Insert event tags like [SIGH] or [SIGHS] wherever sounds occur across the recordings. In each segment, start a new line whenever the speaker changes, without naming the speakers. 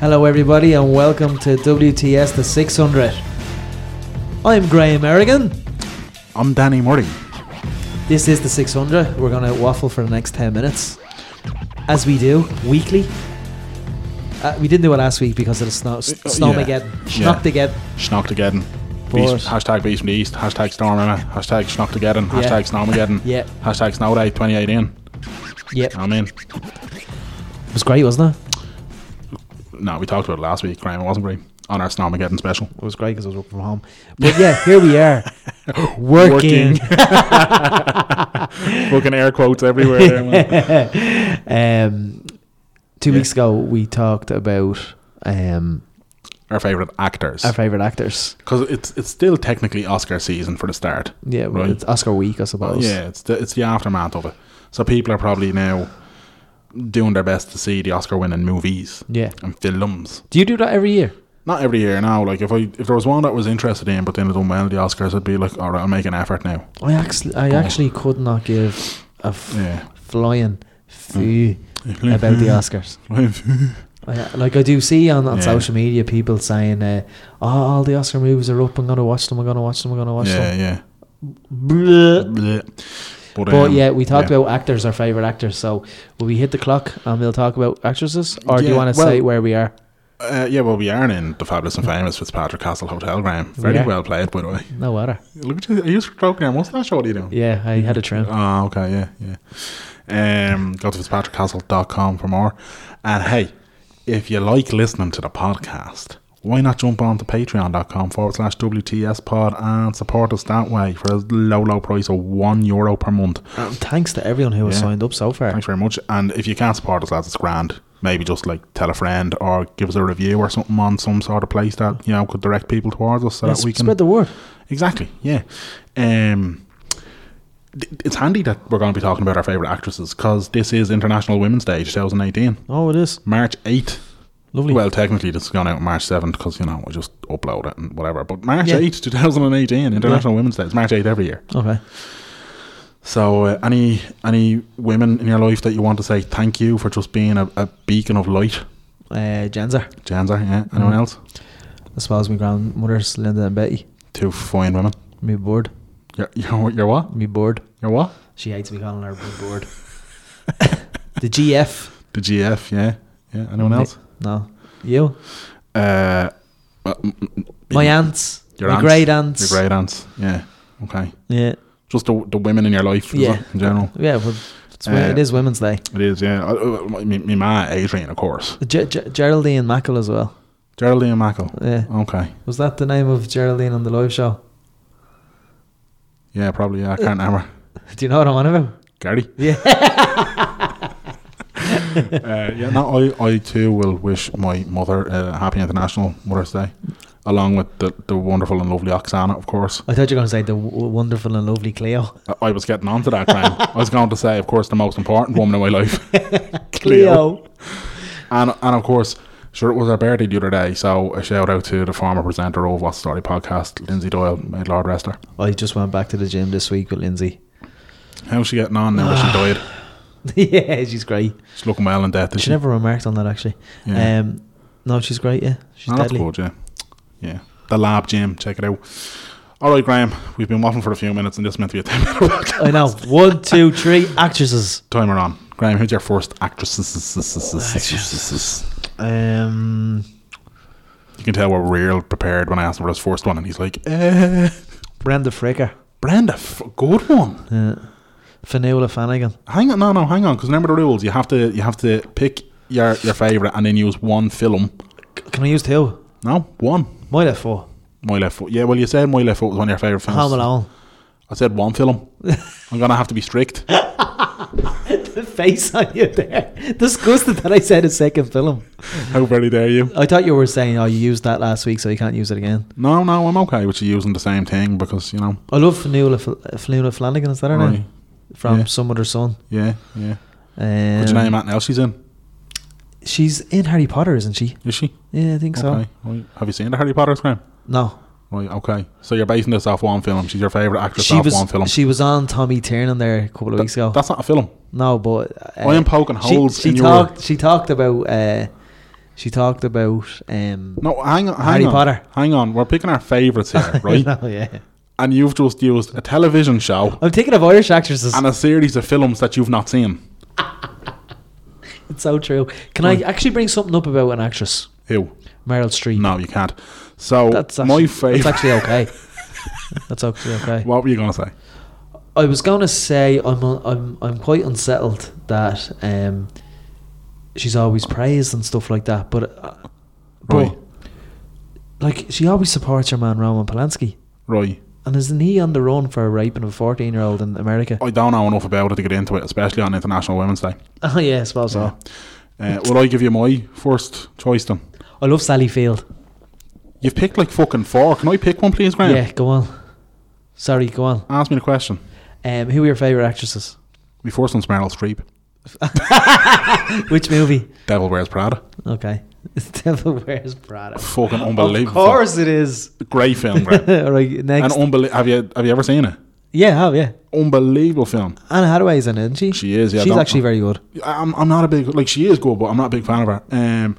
Hello, everybody, and welcome to WTS the 600. I'm Graham Errigan.
I'm Danny Morty.
This is the 600. We're going to waffle for the next 10 minutes, as we do weekly. Uh, we didn't do it last week because of the snow, s-
Uh, yeah.
snowmageddon,
Yeah.
schnockmageddon.
Schnocktageddon.
Boys.
Beast, hashtag Beast from the East. Hashtag Storm Emma. Hashtag Schnocktageddon.
Yeah.
Hashtag Snowmageddon.
Yeah.
Hashtag Snow Day 2018.
Yep,
I mean,
it was great, wasn't it?
no, we talked about it last week, Graham. It wasn't great. On our Snowmageddon special.
It was great because I was working from home. But yeah, here we [LAUGHS] are, working. [LAUGHS]
Fucking air quotes everywhere [LAUGHS] there, man.
[LAUGHS] um, two
Yeah.
weeks ago, we talked about um,
Our favourite actors.
our favorite actors.
Because it's, it's still technically Oscar season for the start.
Yeah, well,
Right.
it's Oscar week, I suppose.
Yeah, it's the, it's the aftermath of it. So people are probably now doing their best to see the Oscar winning movies
yeah.
and films.
Do you do that every year?
Not every year now. Like if I if there was one that was interested in, but then it done well at the Oscars, I'd be like, all right, I'll make an effort now.
I actually, I
Oh.
actually could not give a f-
Yeah.
flying foo about [LAUGHS] the Oscars. I, like I do see on, on
Yeah.
social media people saying, uh, "Oh, all the Oscar movies are up. I'm gonna watch them. I'm gonna watch them. I'm gonna watch
[LAUGHS] yeah,
them."
yeah.
Bleh.
Bleh.
But
um,
yeah, we talked
yeah.
about actors, our favorite actors. So will we hit the clock and we'll talk about actresses, or do you
Yeah,
want to
well-
say where we are?
Uh, yeah, well, we are in the fabulous and famous Fitzpatrick Castle Hotel, Graham. Very
Yeah.
well played, by the way.
No matter.
Look at you. Are you stroking your mustache? or What are you doing?
Yeah, I had a trim.
Oh, okay, yeah, yeah. Um, go to fitzpatrickcastle.com for more. And hey, if you like listening to the podcast, why not jump on to patreon.com forward slash WTS pod and support us that way for a low, low price of one euro per month.
Um, [LAUGHS] thanks to everyone who has
Yeah.
signed up so far.
Thanks very much. And if you can't support us, lads, it's grand. Maybe just like tell a friend or give us a review or something on some sort of place that, you know, could direct people towards us so
Yeah,
that we
sp-
can.
spread the word.
Exactly. Yeah. Um, th- it's handy that we're going to be talking about our favorite actresses because this is International Women's Day 2018,
Oh, it is
March 8th.
lovely.
Well, technically, this is going out March 7th because you know I just upload it and whatever. But March
Yeah.
8th, 2018, International Women's Day. It's March 8th every year.
okay.
So, uh, any any women in your life that you want to say thank you for just being a, a beacon of light?
Uh, Janzer,
Janza, yeah. Anyone
Mm.
else?
as well as my grandmothers, Linda and Betty.
Two fine women.
Me bored.
You're, [LAUGHS] you're, you're what?
Me bored.
You're what?
She hates me calling her me bored. [LAUGHS] the GF.
The GF, yeah. Yeah. Anyone else?
No. You.
Uh, uh, m- m-
My
your
aunts.
Your
my
aunts.
great aunts.
great aunts. Yeah. Okay.
Yeah.
Just the, the women in your life is
Yeah.
it, in general.
Yeah. Well, it's, wo-
Uh,
it is Women's Day.
It is, yeah. Uh, uh, My, my, my ma, Adrian, of course.
Ge- Ge- Geraldine Mackle as well.
Geraldine Mackle.
Yeah.
Okay.
Was that the name of Geraldine on the live show?
Yeah, probably. Yeah, I can't remember.
Do you know what I'm on [LAUGHS] about?
Gary?
Yeah.
Uh, yeah, no, I, I too will wish my mother a happy International Mother's Day, along with the, the wonderful and lovely Oksana, of course.
I thought you were going to say the w- wonderful and lovely Cleo.
I, I was getting on to that, Graham. I was going to say, of course, the most important woman in my life. And and of course, sure, it was our birthday the other day. So a shout out to the former presenter of What's the Story podcast, Lindsay Doyle, made Lord Rester.
I just went back to the gym this week with Lindsay.
How's she getting on now that
Ah.
she died?
[LAUGHS] yeah, she's great.
She's looking well in death. is
She never remarked on that actually.
Yeah.
Um, no, she's great. Yeah, she's
No, Oh, that's
deadly.
good, yeah. Yeah. The Lab Gym, check it out. All right, Graham, we've been waffling for a few minutes and this is meant to be a [LAUGHS] 10 minute podcast.
I know. One, two, three. Actresses.
Timer on. Graham, who's your first actress?
Um,
You can tell we're real prepared when I asked him for his first one, and he's like, eh,
Brenda Fricker.
Brenda, f- good one.
Yeah. Finola Flanagan.
Hang on, no, no, hang on. Because remember the rules. You have to, you have to pick your your favorite, and then use one film.
C- Can I use two?
No, one.
My left foot.
My left foot. Yeah, well, you said my left foot was one of your favorite films.
Home Alone. [LAUGHS]
I said one film. I'm gonna have to be strict.
the face on you there. Disgusted that I said a second film.
How very dare you?
I thought you were saying, oh, you used that last week, so you can't use it again.
No, no, I'm okay with you using the same thing because you know.
I love Finola, Fl- Finola Flanagan. Is that her
Right.
name? From
Yeah.
Some Other Son.
Yeah, yeah.
Um,
What's your name? Anything else she's in?
She's in Harry Potter, isn't she?
Is she?
Yeah, I think so.
Okay. Right. Have you seen the Harry Potter Graham?
No,
Right. Okay. So you're basing this off one film. She's your favorite actress
she
off
was
one film.
she was on Tommy Tiernan there a couple of
Th-
weeks ago.
That's not a film.
no, but uh,
I am poking holes
She, she
in your-
talked. She talked about. Uh, She talked about um,
No, hang on. Hang
Harry
on.
Potter.
Hang on. We're picking our favourites
[LAUGHS]
here, right?
Oh, yeah.
And you've just used a television show
I'm thinking of Irish actresses.
and uh, a series of films that you've not seen.
It's so true. Can I actually bring something up about an actress,
Who?
Meryl Streep?
No, you can't. So
that's actually,
my
That's
favourite.
actually
[LAUGHS]
okay. that's actually okay.
What were you gonna say?
I was gonna say I'm uh, I'm I'm quite unsettled that um, she's always praised and stuff like that, but uh, but
Right.
like she always supports her man Roman Polanski,
Right.
and isn't he on the run for raping a fourteen year old in America?
I don't know enough about it to get into it, especially on International Women's Day.
Oh [LAUGHS] yeah, I suppose so.
Uh, will I give you my first choice then?
I love Sally Field.
You've picked like fucking four. Can I pick one, please, Graham?
Yeah, go on. Sorry, go on.
Ask me the question.
Um, who are your favorite actresses?
My first one's Meryl Streep.
Which movie?
Devil Wears Prada.
Okay, [LAUGHS] it's Devil Wears Prada.
Fucking unbelievable.
Of course it is.
Great film, Graham.
All [LAUGHS] right,
And
next.
unbelievable. Have you have you ever seen it?
yeah, I have yeah.
Unbelievable film.
Anna Hathaway's in it, isn't she?
She is, yeah,
She's
don't-
actually very good.
I'm, I'm not a big like she is good, but I'm not a big fan of her. Um,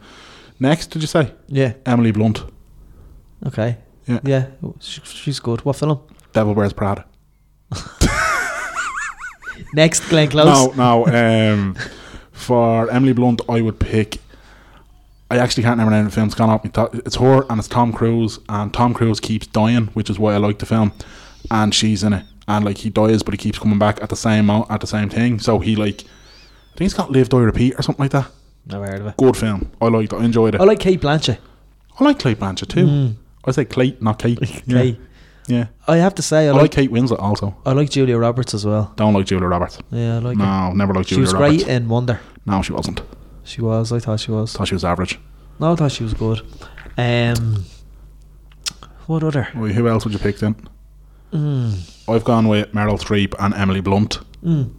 next, did you say
Yeah.
Emily Blunt?
Okay.
Yeah.
Yeah, sh- she's good. What film?
Devil Wears Prada.
Next, Glenn Close.
No, no. Um, for Emily Blunt, I would pick. I actually can't remember the name of the film. It's gone off my top. It's her and it's Tom Cruise, and Tom Cruise keeps dying, which is why I like the film. And she's in it, and like he dies, but he keeps coming back at the same mo- at the same thing. So he like, I think it's got Live Die Repeat or something like that.
Never heard of it.
Good film. I liked it. I enjoyed it.
I like Kate Blanchett.
I like Kate Blanchett too.
Mm.
I say Kate,
[LAUGHS]
not Kate.
Kate.
Yeah. yeah.
I have to say, I,
I
like,
like Kate Winslet also.
I like Julia Roberts as well.
Don't like Julia Roberts.
Yeah, I like her.
No, never liked
She
Julia
was
Roberts.
great in Wonder.
No, she wasn't.
She was. I thought she was.
Thought she was average.
No, I thought she was good. Um, what other?
Well, who else would you pick then?
Mm.
I've gone with Meryl Streep and Emily Blunt.
Mm.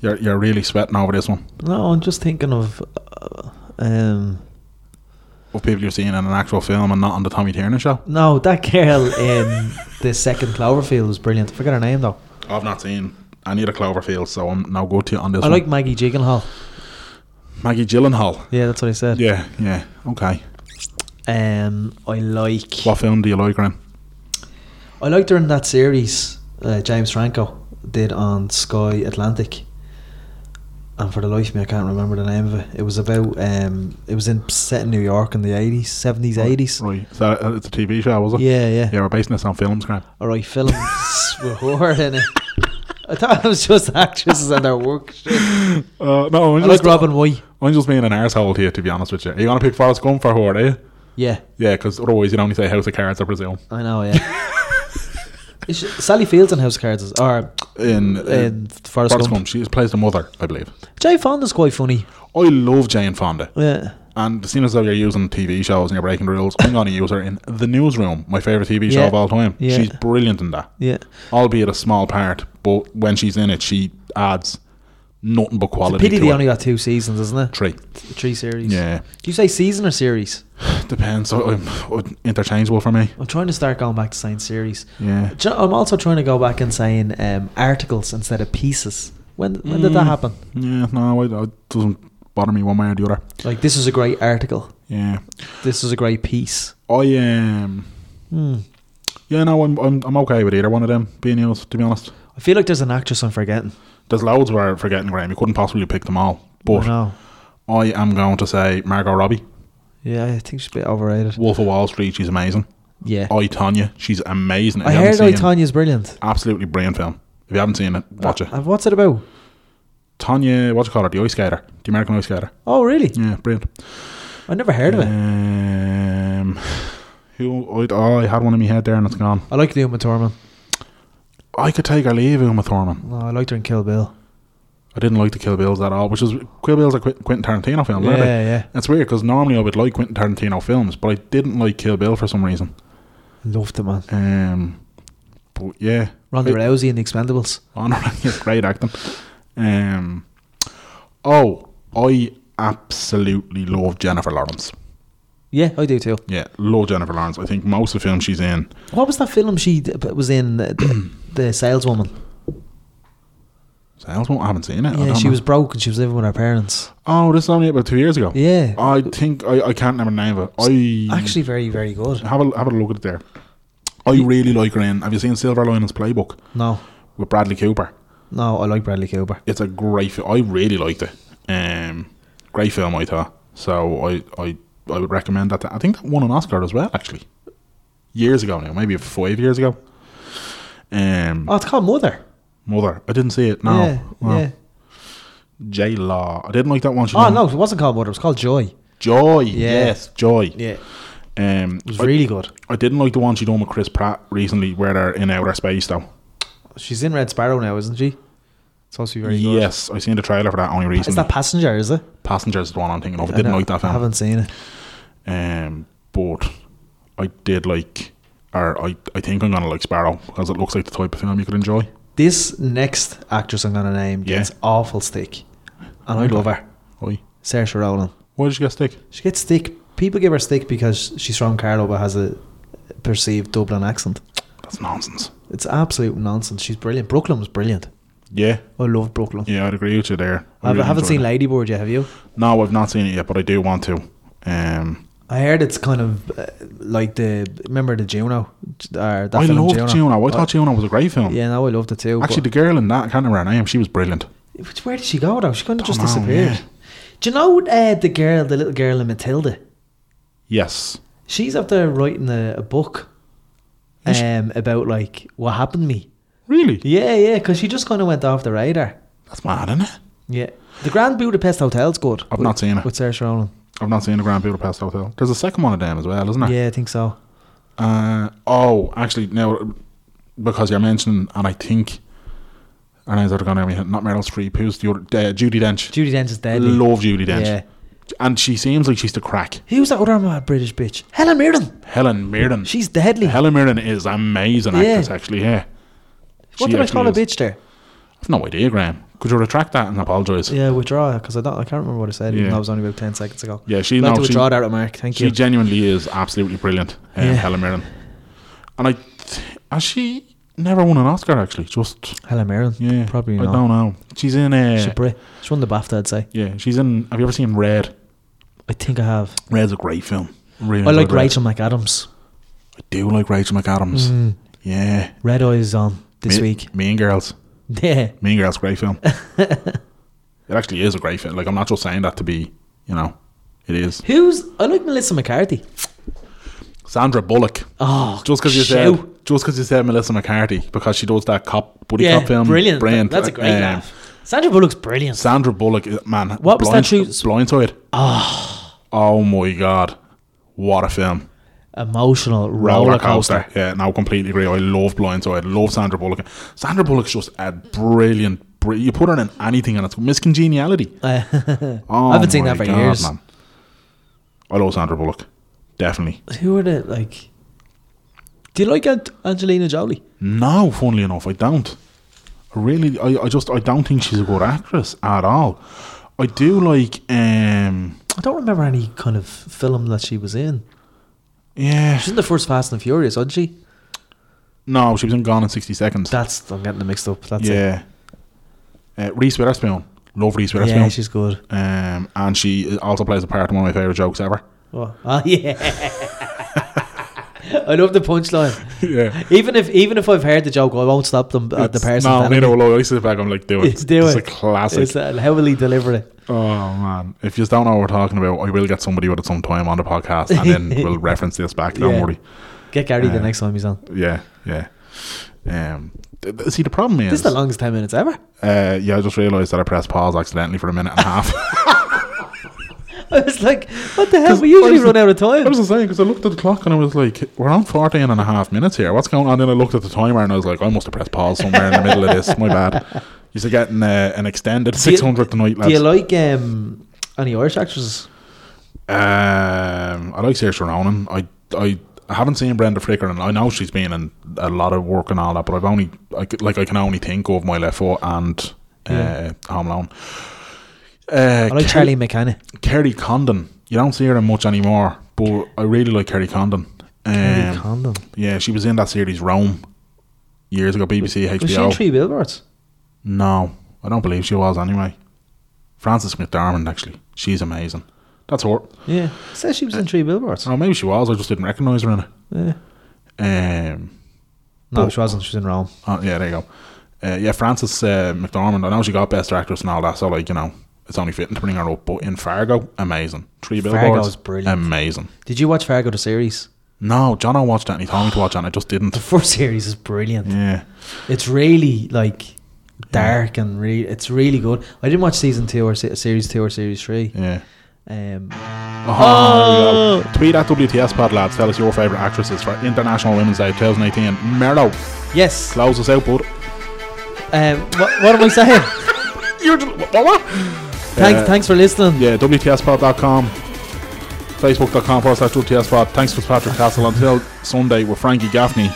You're, you're really sweating over this one.
No, I'm just thinking of. Uh, um,
Of people you've seen in an actual film and not on the Tommy Tiernan show.
no, that girl
[LAUGHS]
in the second Cloverfield was brilliant. I forget her name though.
I've not seen any of the Cloverfield, so I'm no good to you on this
I
one.
like Maggie Gyllenhaal.
Maggie Gyllenhaal.
Yeah, that's what I said.
Yeah, yeah. Okay.
Um, I like.
What film do you like, Graham?
I liked her in that series uh, James Franco did on Sky Atlantic. And for the life of me, I can't remember the name of it. It was about um, it was in set in New York in the eighties, seventies, eighties.
Right. So uh, it's a TV show, was it?
Yeah, yeah.
Yeah, we're basing this on films, Graham.
All right, films [LAUGHS] were horror in it. I thought it was just actresses and their work.
Uh, no,
I
I'm
like
just,
Robin White.
I'm just being an arsehole here, to be honest with you. Are you going to pick Forrest Gump for her, are you?
Yeah,
Yeah, because otherwise you'd only say House of Cards, I presume.
I know.
[LAUGHS]
Yeah, Is she- Sally Fields in House of Cards is- or uh,
In, in
in Forrest,
Uh, Forrest
Gump.
Gump, she plays the mother, I believe.
Jay Fonda's quite funny.
I love Jane Fonda.
Yeah.
And as soon as though you're using TV shows and you're breaking rules, I'm going to use her in The Newsroom, my favourite TV show
Yeah.
of all time.
Yeah.
She's brilliant in that,
Yeah.
albeit a small part, but when she's in it, she adds nothing but
It's a
quality.
pity
to
they
it.
only got two seasons, isn't it?
Three.
Three series.
Yeah. [SIGHS]
Do you say season or series?
Depends. So, um, interchangeable for me.
I'm trying to start going back to saying series.
Yeah.
Do you know- I'm also trying to go back and saying um, articles instead of pieces. When when did that
Mm.
happen?
Yeah, no, it, it doesn't bother me one way or the other.
Like this is a great article.
Yeah.
This is a great piece.
I Um,
Hmm.
yeah, no, I'm, I'm, I'm okay with either one of them being used, to be honest.
I feel like there's an actress I'm forgetting.
There's loads where I'm forgetting, Graham. You couldn't possibly pick them all. But
no.
I am going to say Margot Robbie.
Yeah, I think she's a bit overrated.
Wolf of Wall Street, she's amazing.
Yeah.
I Tanya, she's amazing. If
I
you Oh, haven't
heard I
seen-
Tanya's brilliant.
absolutely brilliant film. If you haven't seen it, watch it.
Uh, what's it about?
Tanya, what do you call her? The ice skater, the American ice skater.
Oh, really?
Yeah, brilliant.
I never heard of it.
Um, who? I'd, oh, I had one in my head there and it's gone.
I like Uma Thurman.
I could take or leave Uma Thurman.
No, I liked her in Kill Bill.
I didn't like the Kill Bills at all, which is Kill Bills a Quentin Tarantino film,
Yeah,
aren't they?
yeah.
It's weird because normally I would like Quentin Tarantino films, but I didn't like Kill Bill for some reason.
Loved it, man.
Um, but yeah,
Ronda
It-
Rousey in The Expendables.
Honor [LAUGHS] is great acting. Um, oh, I absolutely love Jennifer Lawrence.
Yeah, I do too.
Yeah, love Jennifer Lawrence. I think most of the films she's in. [CLEARS THROAT]
What was that film she d- was in? The, the saleswoman.
Sounds one. I haven't seen it. I
yeah,
don't
she
know.
was broke and she was living with her parents.
Oh, this is only about two years ago.
Yeah,
I think I, I can't remember the name of it. I
actually, very very good.
have a have a look at it there. I really like her in. Have you seen Silver Linings Playbook
No,
with Bradley Cooper?
no, I like Bradley Cooper.
It's a great. Fi- I really liked it. Um, great film, I thought. So I I, I would recommend that. to- I think that won an Oscar as well, actually, years ago now, maybe five years ago. Um,
Oh, it's called Mother.
Mother. I didn't see it. No,
yeah,
Well,
yeah.
J Law. I didn't like that one. She
Oh
done-
no, it wasn't called Mother. It was called Joy.
Joy.
Yeah.
Yes, Joy.
Yeah,
Um,
it was
I-
really good.
I didn't like the one she done with Chris Pratt recently, where they're in outer space though.
She's in Red Sparrow now, isn't she? It's also very good.
Yes, I seen the trailer for that only recently.
Is that Passenger? Is it?
Passengers is the one I'm thinking of. I
I
didn't
don't-
like that
I
film.
haven't seen it.
Um, but I did like, or I, I think I'm gonna like Sparrow because it looks like the type of film you could enjoy.
This next actress I'm gonna name
Yeah.
gets awful stick, and I
Okay.
love her,
Oi.
Saoirse Ronan.
Why did you get stick?
She gets stick. People give her stick because she's from Carlow but has a perceived Dublin accent.
That's nonsense.
It's absolute nonsense. She's brilliant. Brooklyn was brilliant.
Yeah,
I love Brooklyn.
yeah, I'd agree with you there.
I
really
haven't
enjoyed
seen
it.
Ladybird yet, have you?
No, I've not seen it yet, but I do want to. Um,
I heard it's kind of uh, like the remember the Juno. Or that
I
film
loved Juno. I thought Juno was a great film.
Yeah, no, I loved it too.
Actually, the girl in that, I can't remember her name. She was brilliant.
but Which- where did she go though? She kind of just
Dunno,
disappeared.
yeah.
Do you know uh, the girl, the little girl in Matilda?
Yes.
She's up there writing a, a book
Is she?
um, about like what happened to me.
Really?
Yeah, yeah, because she just kind of went off the radar.
That's mad, isn't it?
Yeah, the Grand Budapest Hotel's good.
I've not seen it.
with Saoirse Ronan.
I've not seen the Grand Budapest Hotel. There's a second one of them as well, isn't there?
Yeah, I think so.
Uh, oh, actually, now because you're mentioning, and I think, and I thought going to not Meryl Streep. Who's the other? Uh, Judy Dench.
Judy Dench is deadly.
Love Judy Dench.
Yeah.
And she seems like she's the crack.
Who's that other mad British bitch? Helen Mirren.
Helen Mirren.
She's deadly.
Helen Mirren is amazing
Yeah.
actress, actually. Yeah.
what
she
did I
actually
call a
is.
bitch there?
I've no idea, Graham. Could you retract that and apologise?
Yeah, withdraw because I don't. I can't remember what I said.
Yeah.
Even though it was only about ten seconds ago.
Yeah, she-
I'd like
no,
to
she-
withdraw that remark. Thank
She
you.
genuinely is absolutely brilliant, um,
Yeah.
Helen Mirren. And I, th- has she never won an Oscar actually? Just
Helen Mirren.
yeah,
probably
I
not.
don't know. She's in uh,
She's Brit. She won the BAFTA. I'd say.
yeah, she's in. Have you ever seen Red?
I think I have.
Red's a great film. Really
I like
enjoyed Red.
Rachel McAdams.
I do like Rachel McAdams.
Mm.
Yeah,
Red Eyes on this
Me-
week. [LAUGHS]
Mean Girls.
Yeah.
Mean Girls,
[LAUGHS]
great film. it actually is a great film. Like I'm not just saying that to be, you know, it is.
Who's I like Melissa McCarthy.
Sandra Bullock.
Oh,
Just because you
shout.
said, just because you said Melissa McCarthy, because she does that cop buddy
yeah,
cop film,
brilliant.
brilliant.
That's a great
Um,
laugh. Sandra Bullock's brilliant.
Sandra Bullock, is- man.
What was Ah. that shoot-
blind, Blindside. Oh. oh my god, what a film!
Emotional roller,
Roller
coaster.
coaster. Yeah, no, completely agree. I love Blindside. Love Sandra Bullock. Sandra Bullock's just a brilliant. bri- You put her in anything, and it's miscongeniality. Oh,
I haven't seen
my
that for
God,
years.
Man. I love Sandra Bullock. Definitely.
[LAUGHS] Who are the like? Do you like Ant- Angelina Jolie?
No, funnily enough, I don't. I really, I, I just, I don't think she's a good actress at all. I do like, um,
I don't remember any kind of film that she was in.
yeah.
She's in the first Fast and Furious, wasn't she?
No, she was in Gone in 60 Seconds.
That's I'm getting them mixed up. That's it.
yeah. Uh, Reese Witherspoon. Love Reese
Yeah,
Witherspoon.
she's good.
um, and she also plays a part in one of my favourite jokes ever.
Oh, [LAUGHS] ah, yeah. I love the punchline.
yeah.
Even if even if I've heard the joke, I won't stop them at the person.
no,
telling
neither
me.
will I. I sit back, I'm like, do it.
It's do
It's
it.
a classic.
[LAUGHS] It's uh, how will he deliver it?
Oh man! If you just don't know what we're talking about, I will get somebody with it sometime on the podcast, and
[LAUGHS]
then we'll reference this back. Don't
Yeah.
worry.
Get Gary the
Uh,
next time he's on.
Yeah, yeah. Um, th- th- see, the problem is,
This is the longest ten minutes ever.
uh, yeah, I just realised that I pressed pause accidentally for a minute and a half.
[LAUGHS]
[LAUGHS]
I was like, what the hell?
'Cause
We usually
what is
run
it-
out of
What was
time.
I saying? Because I looked at the clock and I was like, we're on 14 and a half minutes here. What's going on? Then I looked at the timer and I was like, I must have pressed pause somewhere in the middle of this. My bad. [LAUGHS] You should get an, uh, an extended 600 tonight,
Do
lads.
you like um, any Irish actresses?
um, I like Saoirse Ronan. I, I, I haven't seen Brenda Fricker and I know she's been in a lot of work and all that, but I've only, I, c- like, I can only think of My Left Foot and uh,
Yeah.
Home Alone. Uh,
I like
Kel-
Charlie McKenna.
Kerry Condon. You don't see her much anymore, but I really like Kerry Condon. Um,
Mary Condon.
yeah, she was in that series Rome years ago, BBC,
Was she in
HBO.
Three Billboards?
no, I don't believe she was anyway. Frances McDarmond, actually. She's amazing. That's her.
Yeah. Says she was in three billboards.
Oh, maybe she was. I just didn't recognise her in it.
Yeah.
Um,
No,
Oh.
she wasn't. She was in Rome.
oh, yeah, there you go. Uh, yeah, Frances uh, McDormand. I know she got Best Actress and all that, so, like, you know, it's only fitting to bring her up. But in Fargo, amazing. Three
Fargo's
billboards.
brilliant.
Amazing.
Did you watch Fargo the series?
No, John, I watched that and he told me to watch that and I just didn't.
The [LAUGHS] first series is brilliant.
Yeah.
It's really like dark and really, it's really good. I didn't watch season two or se- series two or series three.
Yeah.
Um,
Oh, no. Tweet at WTS Pod, lads. Tell us your favourite actresses for International Women's Day 2018. Merlo,
yes.
close us out, bud.
Um, what, what am I
[LAUGHS]
saying?
You're just, what, what?
thanks,
Uh,
thanks for listening.
Yeah, WTSpod.com, Facebook.com forward slash WTSpod. Thanks for Patrick Castle. Until Sunday with Frankie Gaffney.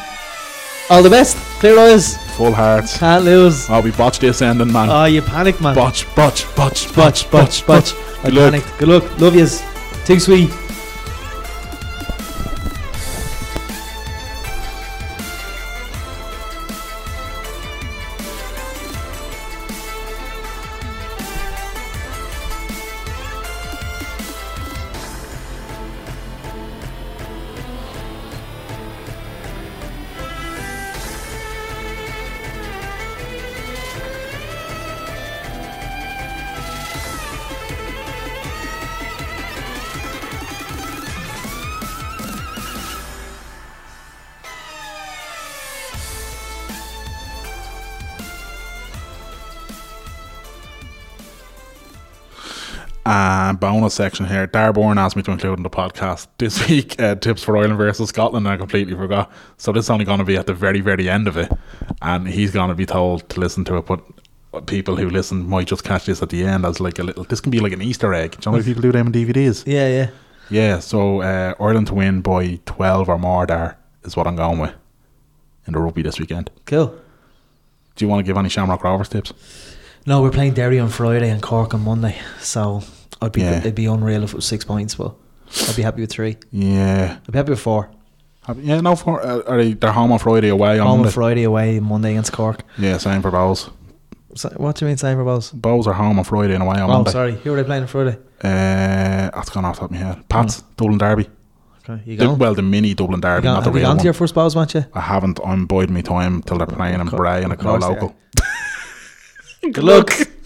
All the best. Clear eyes.
Full hearts.
Can't lose.
Oh, we botched this ending, man.
Oh, you panicked, man.
botch, botch, botch,
butch, butch, butch. I
Good luck.
panicked. Good luck. Love yous. Take sweet.
And bonus section here. Darborn asked me to include in the podcast this [LAUGHS] week uh, tips for Ireland versus Scotland, and I completely forgot. So this is only going to be at the very, very end of it, and he's going to be told to listen to it. But people who listen might just catch this at the end as like a little. This can be like an Easter egg. Do you know if people do them in DVDs?
Yeah, yeah.
Yeah. So uh, Ireland to win by twelve or more. There is what I'm going with in the rugby this weekend.
Cool.
Do you want to give any Shamrock Rovers tips?
No, we're playing Derry on Friday and Cork on Monday, so I'd be
Yeah.
it'd be unreal if it was six points, but I'd be happy with three.
Yeah.
I'd be happy with four.
Have- Yeah. No. For, uh, are they, they're home on Friday, away on
Home on
Monday.
Friday, away Monday against Cork.
yeah. Same for Bowles.
So, what do you mean, same for Bowes?
Bows are home on Friday and away on
Oh,
Monday.
sorry. Who are they playing on Friday?
Uh, that's gone off the top of my head. Pats, Dublin Derby.
Okay, you
The-
going?
well, the mini Dublin
you
Derby,
gone-
not the
have you
real
gone
one.
to your first Bowes match yet?
I haven't. I'm biding me time till they're playing in
Co-
Bray and a
of course they
local.
Good luck.